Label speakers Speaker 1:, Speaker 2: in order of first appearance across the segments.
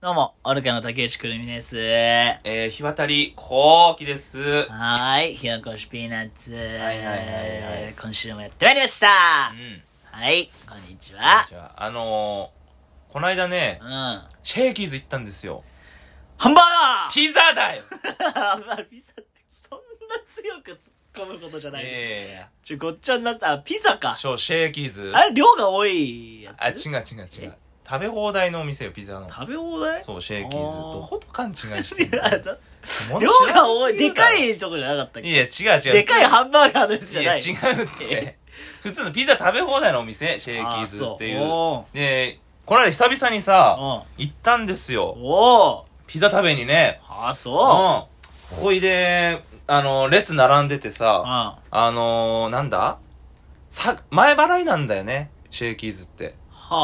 Speaker 1: どうも、オルカの竹内くるみです。は
Speaker 2: えー、日渡り、後期です。うん。
Speaker 1: ーい、ひよこしピーナッツ。
Speaker 2: いはいはいはい
Speaker 1: 今週もやってまいりましたはい、こんにちは。
Speaker 2: じゃあ、あのー、この間ね
Speaker 1: うん。、ハ
Speaker 2: シェイキーズ行ったんですよ。
Speaker 1: ンバー
Speaker 2: ピザだよ
Speaker 1: ガーあんまり ピザってそんな強く突っ込むことじゃない。
Speaker 2: ええ
Speaker 1: ちょ、ごっちゃになった。あ、ピザか。
Speaker 2: そう、シェイキーズ。
Speaker 1: あれ、量が多いやつ。
Speaker 2: あ、違う違う違う。食べ放題のお店よ、ピザの。
Speaker 1: 食べ放題
Speaker 2: そう、シェイキーズ。
Speaker 1: あー
Speaker 2: どこと勘違いして
Speaker 1: い
Speaker 2: ん
Speaker 1: や
Speaker 2: の
Speaker 1: だ
Speaker 2: 物
Speaker 1: 量
Speaker 2: 知ら
Speaker 1: が
Speaker 2: な
Speaker 1: 多
Speaker 2: す
Speaker 1: い。
Speaker 2: ぎる
Speaker 1: で
Speaker 2: だろ
Speaker 1: かいとこじゃなかったっけ
Speaker 2: いや、違う違う。
Speaker 1: でかいハンバーガーのやつじゃ
Speaker 2: い
Speaker 1: な
Speaker 2: や、
Speaker 1: い。
Speaker 2: 違うって。普通のピザ食べ放題のお店、シェイキ
Speaker 1: あ
Speaker 2: ーズ
Speaker 1: そ
Speaker 2: っていう。
Speaker 1: おー
Speaker 2: で、この間久々にさ、行ったんですよ。
Speaker 1: おー
Speaker 2: ピザ食べにね。
Speaker 1: あ、
Speaker 2: う
Speaker 1: そ
Speaker 2: ん。ほいで、あの、列並んでて
Speaker 1: う。う
Speaker 2: さ、
Speaker 1: ん。
Speaker 2: あのー、なんださ、前払いなんだよね、シェイキーズって。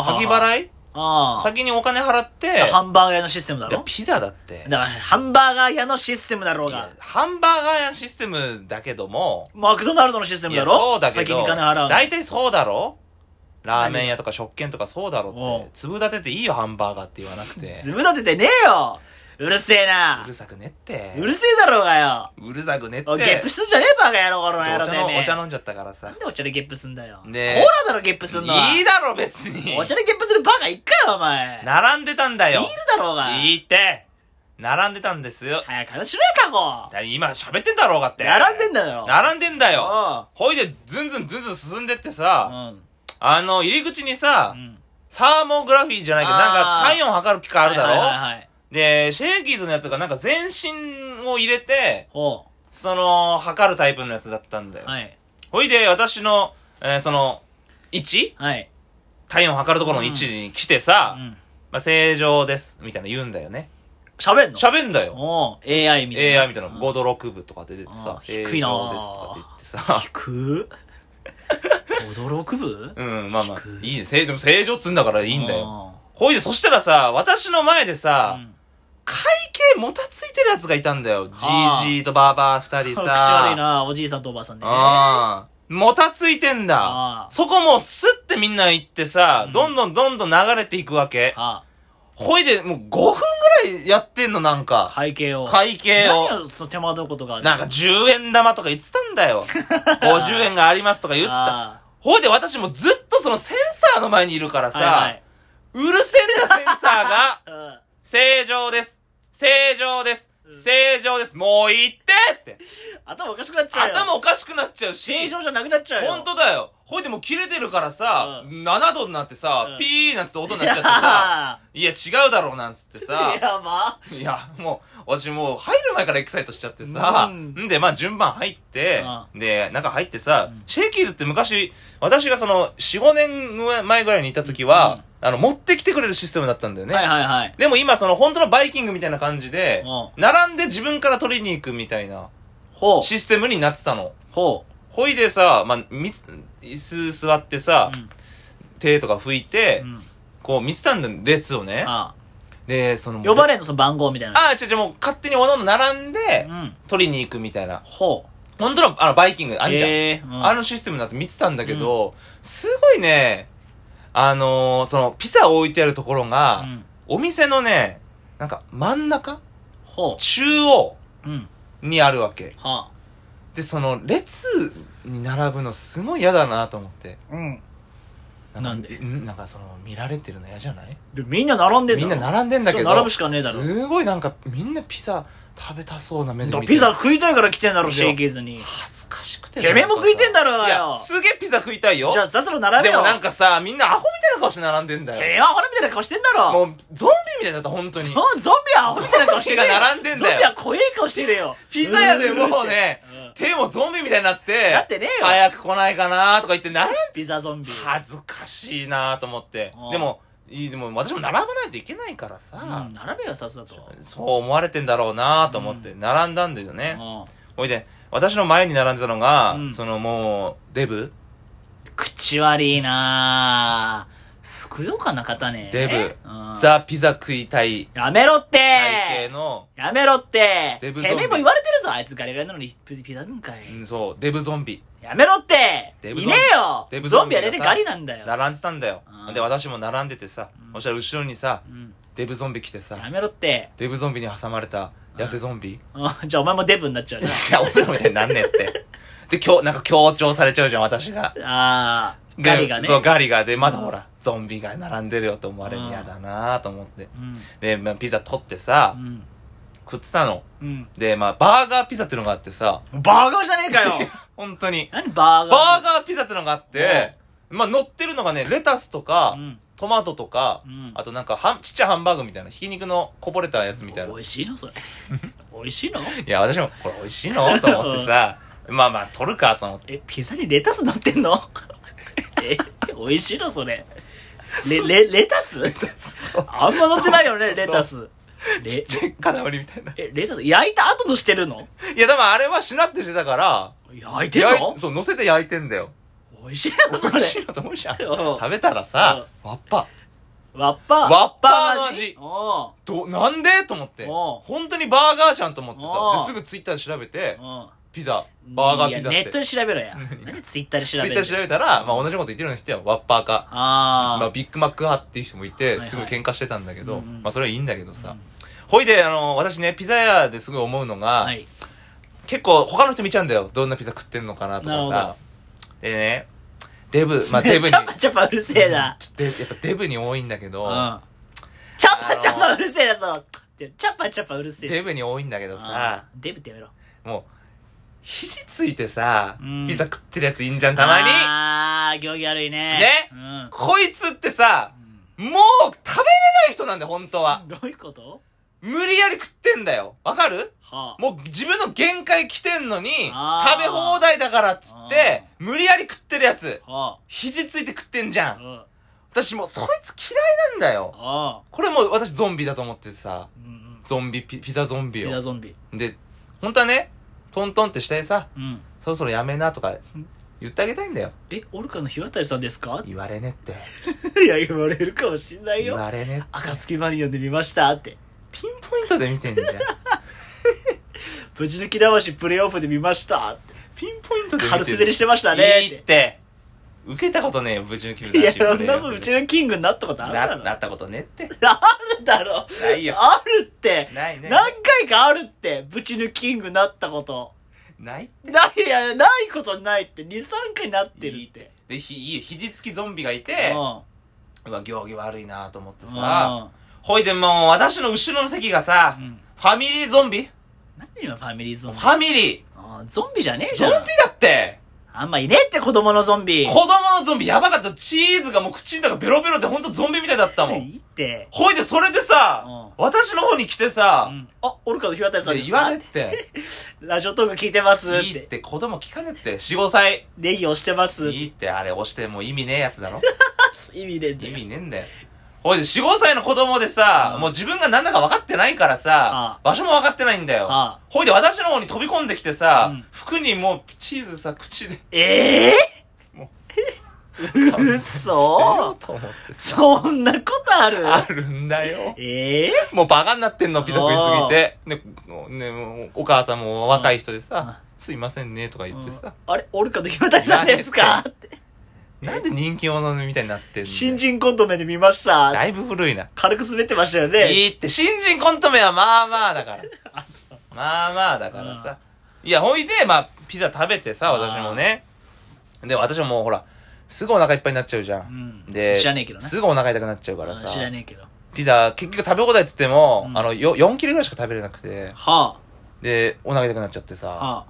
Speaker 2: 先
Speaker 1: い
Speaker 2: 払い
Speaker 1: ああ。
Speaker 2: 先にお金払って、
Speaker 1: ハンバーガー屋のシステムだ
Speaker 2: で
Speaker 1: ろ
Speaker 2: ピザだって
Speaker 1: だか。ら、ハンバーガー屋のシステムだろう
Speaker 2: いや
Speaker 1: が。
Speaker 2: ハンバーガー屋システムだけども、
Speaker 1: マクドナルドのシステム
Speaker 2: い
Speaker 1: だ
Speaker 2: や、
Speaker 1: ろ
Speaker 2: そうだけ
Speaker 1: 先
Speaker 2: ど、
Speaker 1: に金払うの。
Speaker 2: 大体そうだろラーメン屋とか食券とかそうだろ
Speaker 1: おう
Speaker 2: って。粒立てていいよ、ハンバーガーって言わ なくて。
Speaker 1: ズム立ててねえようるせえな
Speaker 2: うるさくねって。
Speaker 1: うるせえだろうがよ
Speaker 2: うるさくねって。
Speaker 1: おいゲップすんじゃねえバカ野郎、この
Speaker 2: お
Speaker 1: 野郎
Speaker 2: 茶
Speaker 1: て
Speaker 2: の
Speaker 1: めえ。
Speaker 2: お茶飲んじゃったからさ
Speaker 1: なん。でお茶でゲップすんだよ。コー
Speaker 2: ねえ
Speaker 1: ラだろ、ゲップすんのは。
Speaker 2: いいだろ、別に。
Speaker 1: お茶でゲップするバカ一回よ、お前。
Speaker 2: 並んでたんだ
Speaker 1: ビー
Speaker 2: よ
Speaker 1: ル。だろうが。
Speaker 2: いいって。並んでたんですよ。
Speaker 1: 早く話しろよ、過
Speaker 2: だ今喋ってんだろうがって。
Speaker 1: 去。並んでんだよ。
Speaker 2: 並んでんだよ。
Speaker 1: よ。
Speaker 2: ほいで、ずんずんずんずん進んでって
Speaker 1: う
Speaker 2: さ、
Speaker 1: ん。
Speaker 2: あの、入り口にさ
Speaker 1: う、ん。
Speaker 2: サーモグラフィーじゃないけど、
Speaker 1: あー
Speaker 2: なんか体温測る機械あるだろ、
Speaker 1: はいはいはいはい。
Speaker 2: で、シェイキーズのやつがなんか全身を入れて、
Speaker 1: ほ
Speaker 2: その、測るタイプのやつだったんだ
Speaker 1: う。
Speaker 2: よ。
Speaker 1: はい。
Speaker 2: ほいで、私の、えーその、位置
Speaker 1: はい。
Speaker 2: 体温測るところの位置に来てさ、
Speaker 1: うん。
Speaker 2: まあ、正常です、みたいな言うんだよね。
Speaker 1: 喋んの
Speaker 2: 喋んだよ。
Speaker 1: おう AI みたいな。
Speaker 2: AI みたいな5度6分とかで出て
Speaker 1: あ
Speaker 2: さ
Speaker 1: ー、
Speaker 2: 正
Speaker 1: 低いなー
Speaker 2: 常ですとかって言ってさ、
Speaker 1: く驚く部
Speaker 2: うん、まあまあ
Speaker 1: 低、い
Speaker 2: いいね。正でも正常っつうんだからい
Speaker 1: い
Speaker 2: いんだよ。。ほいで、そしたらさ、私の前で
Speaker 1: う
Speaker 2: さ、
Speaker 1: ん。
Speaker 2: 会計もたついてるやつがいたんだよ。じ
Speaker 1: あー
Speaker 2: いじいとばばあ二
Speaker 1: 口
Speaker 2: 人さ。
Speaker 1: 悪いな、おじいさんとおばあさんでね。
Speaker 2: ああ。もたついてん
Speaker 1: あ
Speaker 2: だ
Speaker 1: あ。
Speaker 2: そこもうスッてみんな行ってさ
Speaker 1: う、ん
Speaker 2: どんどんどんどん流れていくわけ。
Speaker 1: あ
Speaker 2: ほいで、もう5分ぐらいやってんの、なん
Speaker 1: あ。
Speaker 2: か。
Speaker 1: 会計を。
Speaker 2: 会計
Speaker 1: 何
Speaker 2: を。
Speaker 1: をその手間どことか。
Speaker 2: なんか10円玉とか言ってたん だよ。50円がありますとか言ってた。
Speaker 1: あ
Speaker 2: ほいで私もずっとそのセンサーの前にいるから
Speaker 1: あ。は
Speaker 2: さ
Speaker 1: い、。
Speaker 2: うるせえんだセンサーが
Speaker 1: はい。
Speaker 2: 正常です。正常です。正常です。もう言ってって。
Speaker 1: うん頭おかしくなっちゃうよ。
Speaker 2: 頭おかしくなっちゃうし。
Speaker 1: 正常じゃなくなっちゃうよ。
Speaker 2: 本当だよ。ほいでもう切れてるからさ、
Speaker 1: う
Speaker 2: 7度になってさ、
Speaker 1: うん
Speaker 2: ピーなんつって音になっちゃってさ、いや違うだろうなんつって
Speaker 1: いや
Speaker 2: さ
Speaker 1: ー、 やば。
Speaker 2: いや、もう、私もう入る前からエキサイトしちゃってさ、
Speaker 1: うん
Speaker 2: んで、まあ順番入って、で、中入ってさ、
Speaker 1: うん
Speaker 2: シェイキーズって昔、私がその、4、5年前ぐらいにいた時は、あの、持ってきてくれるシステムだったんだよね。
Speaker 1: はいはいはい。
Speaker 2: でも今その、本当のバイキングみたいな感じで
Speaker 1: う、
Speaker 2: 並んで自分から取りに行くみたいな
Speaker 1: ほう。
Speaker 2: システムになってたの。
Speaker 1: ほ
Speaker 2: ほいでさ、まあ、みつ、椅子座って
Speaker 1: う。
Speaker 2: さ、
Speaker 1: うん
Speaker 2: 手とか拭いて、
Speaker 1: うん。
Speaker 2: こう見てたんだよ、列をね。
Speaker 1: あ
Speaker 2: で、その、
Speaker 1: あ。呼ば
Speaker 2: れ
Speaker 1: れんのその番号みたいな。
Speaker 2: ああ、違う違う、もう勝手におのおの並んで、
Speaker 1: うん。
Speaker 2: 取りに行くみたいな。
Speaker 1: ほう。
Speaker 2: 本当の、あの、バイキング、あんじゃん。
Speaker 1: えーうん
Speaker 2: あのシステムになって見てたんだけど、すごいね、あのーその、ピザを置いてあるところが、
Speaker 1: うん。
Speaker 2: お店のね、なんか、真ん中
Speaker 1: ほ
Speaker 2: 中央
Speaker 1: う。うん。
Speaker 2: にあるわけ。
Speaker 1: は
Speaker 2: で、その、列に並ぶのすごい嫌だなと思って。
Speaker 1: あ。うん。
Speaker 2: か
Speaker 1: なんで
Speaker 2: なんかその、見られてるの嫌じゃない
Speaker 1: で、みんな並んでんだ
Speaker 2: みん
Speaker 1: ろ
Speaker 2: な並んでんだけど。
Speaker 1: そう並ぶしかねえだろ
Speaker 2: すごいなんか、みんなピザ食べたそうな目で
Speaker 1: だ
Speaker 2: 見て
Speaker 1: ピザ食いたいから来てんだろ、
Speaker 2: いや
Speaker 1: シェイキーズに。
Speaker 2: 恥ずかしくて。
Speaker 1: てめえも食いてんだろうがよ
Speaker 2: いや、すげえピザ食いたいよ。
Speaker 1: じゃあ、さっさと並べ
Speaker 2: で
Speaker 1: よ。
Speaker 2: もなんかさ、みんなアホみたいな顔して並んでんだ
Speaker 1: てめ
Speaker 2: よ。
Speaker 1: えはアホみたいな顔してんだろ。
Speaker 2: もう、ゾンビみたいになった、本当に。
Speaker 1: うんゾンビはアホみたいな顔 してるよ。
Speaker 2: ゾンビが並んでんだよ
Speaker 1: ゾンビは怖え顔してるよ。
Speaker 2: ピザ屋でもうね
Speaker 1: うん、
Speaker 2: 手もゾンビみたいになって、
Speaker 1: なってねえよ
Speaker 2: 早く来ないかなとか言って、な、
Speaker 1: ピザゾンビ。
Speaker 2: 恥ずかしいなと思って
Speaker 1: うん。
Speaker 2: でも、いいでも私も並ばないといけないから
Speaker 1: う
Speaker 2: さ
Speaker 1: ん、、並べよ、さっさと。
Speaker 2: そう思われてんだろうなと思って、
Speaker 1: う
Speaker 2: 並んだんだよね。
Speaker 1: うん
Speaker 2: ほいで、私の前に並んでたのが、
Speaker 1: うん
Speaker 2: そのもう、デブ
Speaker 1: 口悪いなぁ。ふくよかな方ね。
Speaker 2: デブ
Speaker 1: うん
Speaker 2: ザ・ピザ食いたい
Speaker 1: やめろって
Speaker 2: 体型の、
Speaker 1: やめろってて
Speaker 2: デブ
Speaker 1: め
Speaker 2: ゾンビ
Speaker 1: えも言われてるぞあいつガリガリなのにピピザなんかい。
Speaker 2: うんそう、デブゾンビ。
Speaker 1: やめろって
Speaker 2: デブ
Speaker 1: い
Speaker 2: ゾン
Speaker 1: ね
Speaker 2: ビ
Speaker 1: えよ
Speaker 2: デブ
Speaker 1: ゾ
Speaker 2: ゾ
Speaker 1: ン
Speaker 2: ン
Speaker 1: ビは
Speaker 2: ビがさ
Speaker 1: 出てガリなんだよ。
Speaker 2: 並んでたんだよ
Speaker 1: うん。
Speaker 2: で、私も並んでてさ
Speaker 1: うん、
Speaker 2: そしたら後ろにさ、
Speaker 1: うん
Speaker 2: デブゾンビ来て
Speaker 1: や
Speaker 2: さ、
Speaker 1: めろって。
Speaker 2: デブゾンビに挟まれた痩せゾンビ。
Speaker 1: うんじゃあお前もデブになっちゃうじ
Speaker 2: いや、お世話みたいになんねえって。 で、強、なんか強調されちゃうじゃん、私が。
Speaker 1: ゃん。ああ、
Speaker 2: で
Speaker 1: ガリがね。
Speaker 2: そう、ガリが。で、まだ
Speaker 1: うん
Speaker 2: ほら、ゾンビが並んでるよと思われる
Speaker 1: うん
Speaker 2: 嫌だなと思って。
Speaker 1: うん。
Speaker 2: で、まあ、ピザ取ってさ
Speaker 1: う、ん。
Speaker 2: 食ってたの。
Speaker 1: うん。
Speaker 2: で、まあ、バーガーピザってのがあってさ、
Speaker 1: バーガーじゃねえかよ
Speaker 2: 本当に。
Speaker 1: 何バーガー
Speaker 2: バーガーピザってのがあって、まあ、乗ってるのがね、レタスとか、
Speaker 1: うん。
Speaker 2: トマトとか、
Speaker 1: うん
Speaker 2: あとなんかはん、ちっちゃいハンバーグみたいな、ひき肉のこぼれたやつみたいな。
Speaker 1: 美
Speaker 2: い
Speaker 1: 味しいのそれ。美味しいの
Speaker 2: や、私も、これ美味しいのと思ってさ、まあまあ、取るかと思って。
Speaker 1: え、ピザにレタス乗ってん のえ、美味しいのそれ。レ、レ、レタスあんま乗ってないよね、レタス。
Speaker 2: ちっ
Speaker 1: レ、
Speaker 2: ちゃい塊みたいな。
Speaker 1: え、レタス焼いた後のしてるの
Speaker 2: いや、でもあれはしなってしてたから、
Speaker 1: 焼いてん
Speaker 2: 焼
Speaker 1: の
Speaker 2: いそう、乗せて焼いてんだよ。
Speaker 1: 美味しいのそ
Speaker 2: 美
Speaker 1: れ
Speaker 2: 味。しいなと思うじゃん。
Speaker 1: うん
Speaker 2: 食べたらさ、わっぱ。
Speaker 1: わっぱ。
Speaker 2: わっぱの味
Speaker 1: おう
Speaker 2: ど、なんでと思って。
Speaker 1: おう
Speaker 2: 本当にバーガーじゃんと思って
Speaker 1: おう
Speaker 2: さ、ですぐツイッターで調べて、
Speaker 1: おう
Speaker 2: ピザ、バーガーピザっ
Speaker 1: いや
Speaker 2: て。
Speaker 1: ネットで調べろや。何でツイッターで調
Speaker 2: ツイ
Speaker 1: べる
Speaker 2: ッターで調べたら、まあ同じこと言ってるような人はワッパーか。
Speaker 1: あ
Speaker 2: まあ、
Speaker 1: あ。
Speaker 2: ビッグマック派っていう人もい
Speaker 1: い
Speaker 2: て、
Speaker 1: はい
Speaker 2: すぐ喧嘩してたんだけど、
Speaker 1: うんうん
Speaker 2: まあ、それはいいんだけどさ。
Speaker 1: うん
Speaker 2: ほいで、あの、私ね、ピザ屋ですごい思うのが、
Speaker 1: はい。
Speaker 2: 結構他の人見ちゃうんだよ。どんなピザ食ってんのかなとか
Speaker 1: なるほ
Speaker 2: さ。でね、デブ、 まあ、デブに。
Speaker 1: チャパチャパうるせえな。
Speaker 2: ちょっとやっぱデブに多いんだけ
Speaker 1: う
Speaker 2: ど、
Speaker 1: ん。チャパチャパうるせえな、その。チャパチャパうるせえ。
Speaker 2: デブに多いんだけどさ、
Speaker 1: うんデブってやめろ。
Speaker 2: もう、肘ついてさ、
Speaker 1: うん
Speaker 2: ピザ食ってるやついいんじゃん、たまに。
Speaker 1: ああ、行儀悪いね。
Speaker 2: ね
Speaker 1: うん。
Speaker 2: こいつってさ、もう食べれない人なんだよ、本当は。
Speaker 1: どういうこと
Speaker 2: 無理やり食ってんだよ。わかる
Speaker 1: はあ。
Speaker 2: もう自分の限界来てんのに、食
Speaker 1: あー
Speaker 2: べ放題だからっつって、無理やり食ってるやつ、
Speaker 1: は
Speaker 2: 肘ついて食ってんじゃ。
Speaker 1: あ。うんん。
Speaker 2: 私もうそいつ嫌いなんだよ。
Speaker 1: ああ。
Speaker 2: これもう私ゾンビだと思ってさ、
Speaker 1: うんうん。
Speaker 2: ゾンビ、ピピザゾンビ
Speaker 1: ピザ
Speaker 2: を。
Speaker 1: ゾンビ。
Speaker 2: で、本当はね、トントンってしてさ、
Speaker 1: うん。
Speaker 2: そろそろやめなとか
Speaker 1: うん
Speaker 2: 言ってあげたいんだよ。
Speaker 1: え、オルカの日渡さんですか
Speaker 2: 言われねって。
Speaker 1: いや、言われるかもしんない
Speaker 2: 言
Speaker 1: よ。
Speaker 2: われねって。
Speaker 1: 暁マリオンで見ましたって。
Speaker 2: ピンポイントで見てんじ ゃん。
Speaker 1: ぶち抜き騙しプレイオフで見ましたって。
Speaker 2: ピンポイントで見てる。
Speaker 1: 軽滑りしてました
Speaker 2: いい
Speaker 1: ね
Speaker 2: っ。
Speaker 1: って
Speaker 2: 受けたことねえよ、ぶち抜き
Speaker 1: て。いや、
Speaker 2: し
Speaker 1: そんなことうち
Speaker 2: 抜
Speaker 1: のキングになったことあるだ
Speaker 2: な、
Speaker 1: ろ。
Speaker 2: なったことねって。
Speaker 1: あるだろ。
Speaker 2: ないよ
Speaker 1: あるって。
Speaker 2: ないね。
Speaker 1: 何回かあるって。ぶち抜きキングになったこと。
Speaker 2: ない
Speaker 1: ないいや、ないことないって。2、3回なってるって。
Speaker 2: で、ひ、肘つきゾンビがいて
Speaker 1: うん、
Speaker 2: うわ、行儀悪いなと思って
Speaker 1: うん
Speaker 2: さ、ほいでもう、私の後ろの席がさ
Speaker 1: う、ん
Speaker 2: ファミリーゾンビ
Speaker 1: 何今ファミリーゾン
Speaker 2: フ
Speaker 1: ビ
Speaker 2: ァミリ
Speaker 1: あーゾンビじゃねえ
Speaker 2: ー
Speaker 1: じ
Speaker 2: ゾ
Speaker 1: ゃ
Speaker 2: ン
Speaker 1: ん
Speaker 2: ビだって
Speaker 1: あんまいねえって子供のゾンビ
Speaker 2: 子供のゾンビやばかった。チーズがもう口の中ベロベロでほんとゾンビみたいだったも
Speaker 1: い
Speaker 2: ん。
Speaker 1: いって
Speaker 2: ほいで、それでさ
Speaker 1: うん、
Speaker 2: 私の方に来て
Speaker 1: あ,、
Speaker 2: さ
Speaker 1: う、ん、あオルカの日渡さんで
Speaker 2: いや
Speaker 1: す
Speaker 2: 言わ
Speaker 1: か
Speaker 2: ねって。
Speaker 1: ラジオトーク聞いてますっ
Speaker 2: いいってて、子供聞かねって。4、5歳。
Speaker 1: ネギ押してます
Speaker 2: いいって、あれ押してもう意味ねえやつだろ。
Speaker 1: 意味ねえんだ
Speaker 2: 意
Speaker 1: よ
Speaker 2: 味ねえんだよ。ほいで、4、5歳の子供でさ
Speaker 1: う、ん
Speaker 2: もう自分が何だか分かってないからさ
Speaker 1: ああ、
Speaker 2: 場所も分かってないんだよ
Speaker 1: ああ。
Speaker 2: ほいで、私の方に飛び込んできてさ
Speaker 1: うん、
Speaker 2: 服にもうチーズさ、口で。
Speaker 1: ええ
Speaker 2: も
Speaker 1: うっそ
Speaker 2: と思ってさ。
Speaker 1: そんなことある
Speaker 2: あるんだよ。
Speaker 1: ええ
Speaker 2: もうバカになってんの、ピザ食いすぎて。ね、ね、もうお母さんも若い人でさ、すいませんねとか言ってさ、
Speaker 1: あれオルカの日渡さんですかって
Speaker 2: なんで人気者みたいになってんの
Speaker 1: 新人コント目で見ました
Speaker 2: だいぶ古いな。
Speaker 1: 軽く滑ってましたよね
Speaker 2: いいって、新人コント名はまあまあだから。
Speaker 1: あそう
Speaker 2: まあまあだからさ。いや、ほいで、まあ、ピザ食べてさ、私もね。で、私ももうほら、すぐお腹いっぱいになっちゃうじゃ。
Speaker 1: うんん
Speaker 2: で、
Speaker 1: 知らねえけどな
Speaker 2: すぐお腹痛くなっちゃうから
Speaker 1: うん
Speaker 2: さ。
Speaker 1: 知らねえけど
Speaker 2: ピザ、結局食べ放題っつっても、
Speaker 1: うん
Speaker 2: あの、よ4切れぐらいしか食べれなくて、
Speaker 1: は
Speaker 2: で、お腹痛くなっちゃって
Speaker 1: あ
Speaker 2: さ、
Speaker 1: は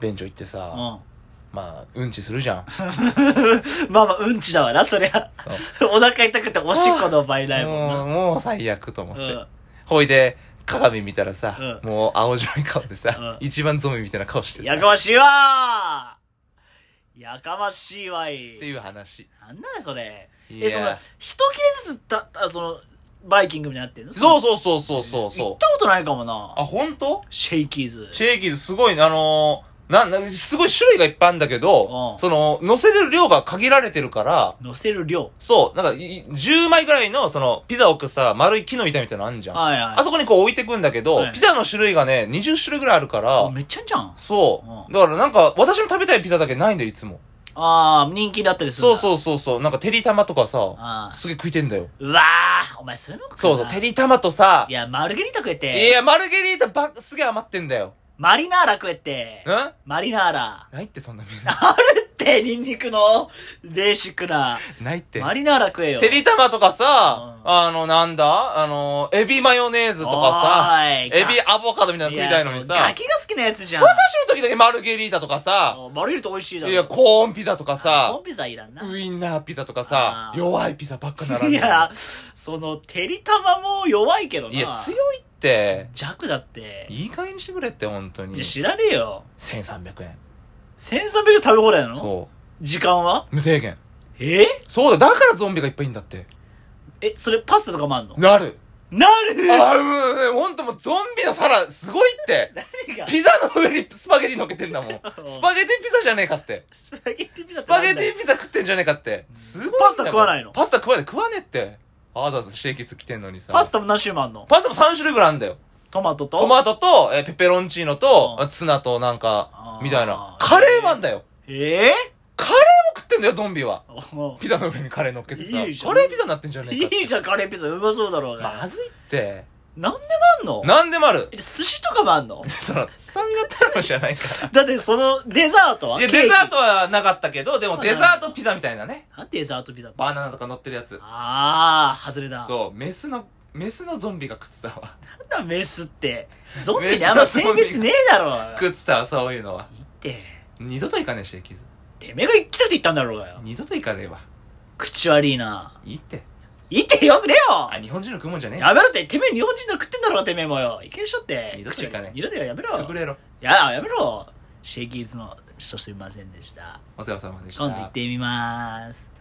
Speaker 2: 便所行って
Speaker 1: あ
Speaker 2: さ、
Speaker 1: うん
Speaker 2: まあ、うんちする じゃん。
Speaker 1: まあまあ、うん ちだわな、そりゃ。
Speaker 2: そ う
Speaker 1: お腹痛くておしっこの倍ないもん
Speaker 2: もう、
Speaker 1: な。
Speaker 2: もう最悪と思っ
Speaker 1: う
Speaker 2: て
Speaker 1: ん。。
Speaker 2: ほいで、鏡見たらさ、
Speaker 1: う
Speaker 2: もう青白い顔でさ、
Speaker 1: うん
Speaker 2: 一番ゾンビみたいな顔してさ、
Speaker 1: やかましいわーやかましいわい。
Speaker 2: っていう話。
Speaker 1: なんだよ、それ。
Speaker 2: い
Speaker 1: え、その
Speaker 2: や、
Speaker 1: 一切れずつた、あその、バイキングみたいになってんの
Speaker 2: そう
Speaker 1: そ
Speaker 2: そうそうそうそう
Speaker 1: の行
Speaker 2: そ
Speaker 1: っ
Speaker 2: う。
Speaker 1: たことないかもな。
Speaker 2: あ、本当？
Speaker 1: シェイキーズ。
Speaker 2: シェイキーズすごいね、あのー、な、な、すごい種類がいっぱいあるんだけど
Speaker 1: う、ん
Speaker 2: その、乗せる量が限られてるから、
Speaker 1: 乗せる量。
Speaker 2: そう、なんか、い10枚ぐらいの、その、ピザ置くさ、丸い木の板みたいなのあんじゃん。
Speaker 1: はいはい。
Speaker 2: あそこにこう置いてくんだけど、
Speaker 1: はい
Speaker 2: ピザの種類がね、20種類ぐらいあるから、
Speaker 1: めっちゃあんじゃん。
Speaker 2: そう、
Speaker 1: うん
Speaker 2: だからなんか、私の食べたいピザだけないんだよ、いつも。
Speaker 1: ああ、人気だったりするん
Speaker 2: そう
Speaker 1: う。
Speaker 2: そうそうそう。なんか、てりたまとかさ
Speaker 1: あ、ー
Speaker 2: すげえ食いてんだよ。
Speaker 1: うわー、お前そういうの食
Speaker 2: そうそう、てりたまとさ
Speaker 1: い、や、マルゲリータ食え
Speaker 2: い
Speaker 1: て、
Speaker 2: や、マルゲリータばっ、すげえ余ってんだよ。
Speaker 1: マリナーラ食えて
Speaker 2: ん、な
Speaker 1: マリナーラ。
Speaker 2: いって、そんな水。
Speaker 1: あるって、ニンニクのベーシックな。
Speaker 2: ないって。
Speaker 1: マリナーラ食えよ。
Speaker 2: てりたまとかさ、
Speaker 1: う
Speaker 2: あの、なんだあの、エビマヨネーズとかさ、
Speaker 1: エ
Speaker 2: エビアボカドみたいなの食いたいのにさ、
Speaker 1: ガ
Speaker 2: 私
Speaker 1: キが好きなやつじゃん。
Speaker 2: の時だけマルゲリータとかさ、
Speaker 1: あマルゲリータ美味しいだろ。
Speaker 2: いや、コーンピザとかさ
Speaker 1: コン、ピザいらんな。
Speaker 2: ウインナーピザとかさ
Speaker 1: あ、ー
Speaker 2: 弱いピザばっか並ん
Speaker 1: い
Speaker 2: でる。
Speaker 1: や、その、てりたまも弱いけどな。
Speaker 2: いや、強いって、
Speaker 1: 弱だって。
Speaker 2: いい加減にしてくれって、本当に。
Speaker 1: じゃ、知らねえよ。
Speaker 2: 1300円。
Speaker 1: 1300食べ放題なの
Speaker 2: そ
Speaker 1: 時間は
Speaker 2: う。無制限。
Speaker 1: え
Speaker 2: そうだ、だからゾンビがいっぱいいんだって。
Speaker 1: え、それパスタとかもあんの
Speaker 2: なる。
Speaker 1: なる
Speaker 2: あー、もうね、ほんともうゾンビの皿、すごいって。
Speaker 1: 何が
Speaker 2: ピザの上にスパゲティ乗っけてんだもん。スパゲティピザじゃねえかって。
Speaker 1: スパゲティピザっ
Speaker 2: ス
Speaker 1: てな
Speaker 2: パ
Speaker 1: んだ
Speaker 2: ゲ
Speaker 1: よ
Speaker 2: ティピザ食ってんじゃねえかって。すごいんだよ。
Speaker 1: パスタ食わないの
Speaker 2: パスタ食わない。食わねえって。わざわざシェイキス来てんのにさ。
Speaker 1: パスタも何種類もあんの
Speaker 2: パスタも3種類ぐらいあるんだよ。
Speaker 1: トマトと
Speaker 2: トマトと、えーペペロンチーノと、
Speaker 1: うん
Speaker 2: ツナとなんか
Speaker 1: あ、ー
Speaker 2: みたいな。カレーマンだよ。
Speaker 1: ええ
Speaker 2: カレーも食ってんだよ、ゾンビは。
Speaker 1: お
Speaker 2: ピザの上にカレー乗っけてさ。
Speaker 1: いいじゃん
Speaker 2: カレーピザになってんじゃねえかって。
Speaker 1: いいじゃん、カレーピザ。うまそうだろうが。
Speaker 2: まずいって。
Speaker 1: なんでもあんの
Speaker 2: なんでもある
Speaker 1: え。寿司とかもあんの
Speaker 2: その、スタミナ太郎じゃないか
Speaker 1: だって、その、デザート
Speaker 2: ら。
Speaker 1: はい
Speaker 2: や、
Speaker 1: ケーキ
Speaker 2: デザートはなかったけど、でもデザートピザみたいなね。
Speaker 1: なんでデザートピザって
Speaker 2: バナナとか乗ってるやつ。
Speaker 1: ああ、外れだ。
Speaker 2: そう、メスの、メスのゾンビが食ってたわ。
Speaker 1: なんだメスって。ゾンビにあんま性別ねえだろ。
Speaker 2: 食ってたわ、そういうのは。
Speaker 1: いいって。
Speaker 2: 二度と行かねえし、キズ。
Speaker 1: てめえが生きてるって言ったんだろうがよ。
Speaker 2: 二度と行かねえわ。
Speaker 1: 口悪いな。
Speaker 2: いいって。
Speaker 1: いいってよくね
Speaker 2: あ、
Speaker 1: よ
Speaker 2: 日本人の食うもんじゃね
Speaker 1: やめろって、てめえ日本人なら食ってんだろうがてめえもよ。いけるしょって。
Speaker 2: 二度と行かねえ
Speaker 1: 口二度とやめろ。
Speaker 2: え。潰れろ。
Speaker 1: いや、やめろ。シェイキーズの人すいませんでした。
Speaker 2: お世話様でした。
Speaker 1: 今度行ってみます。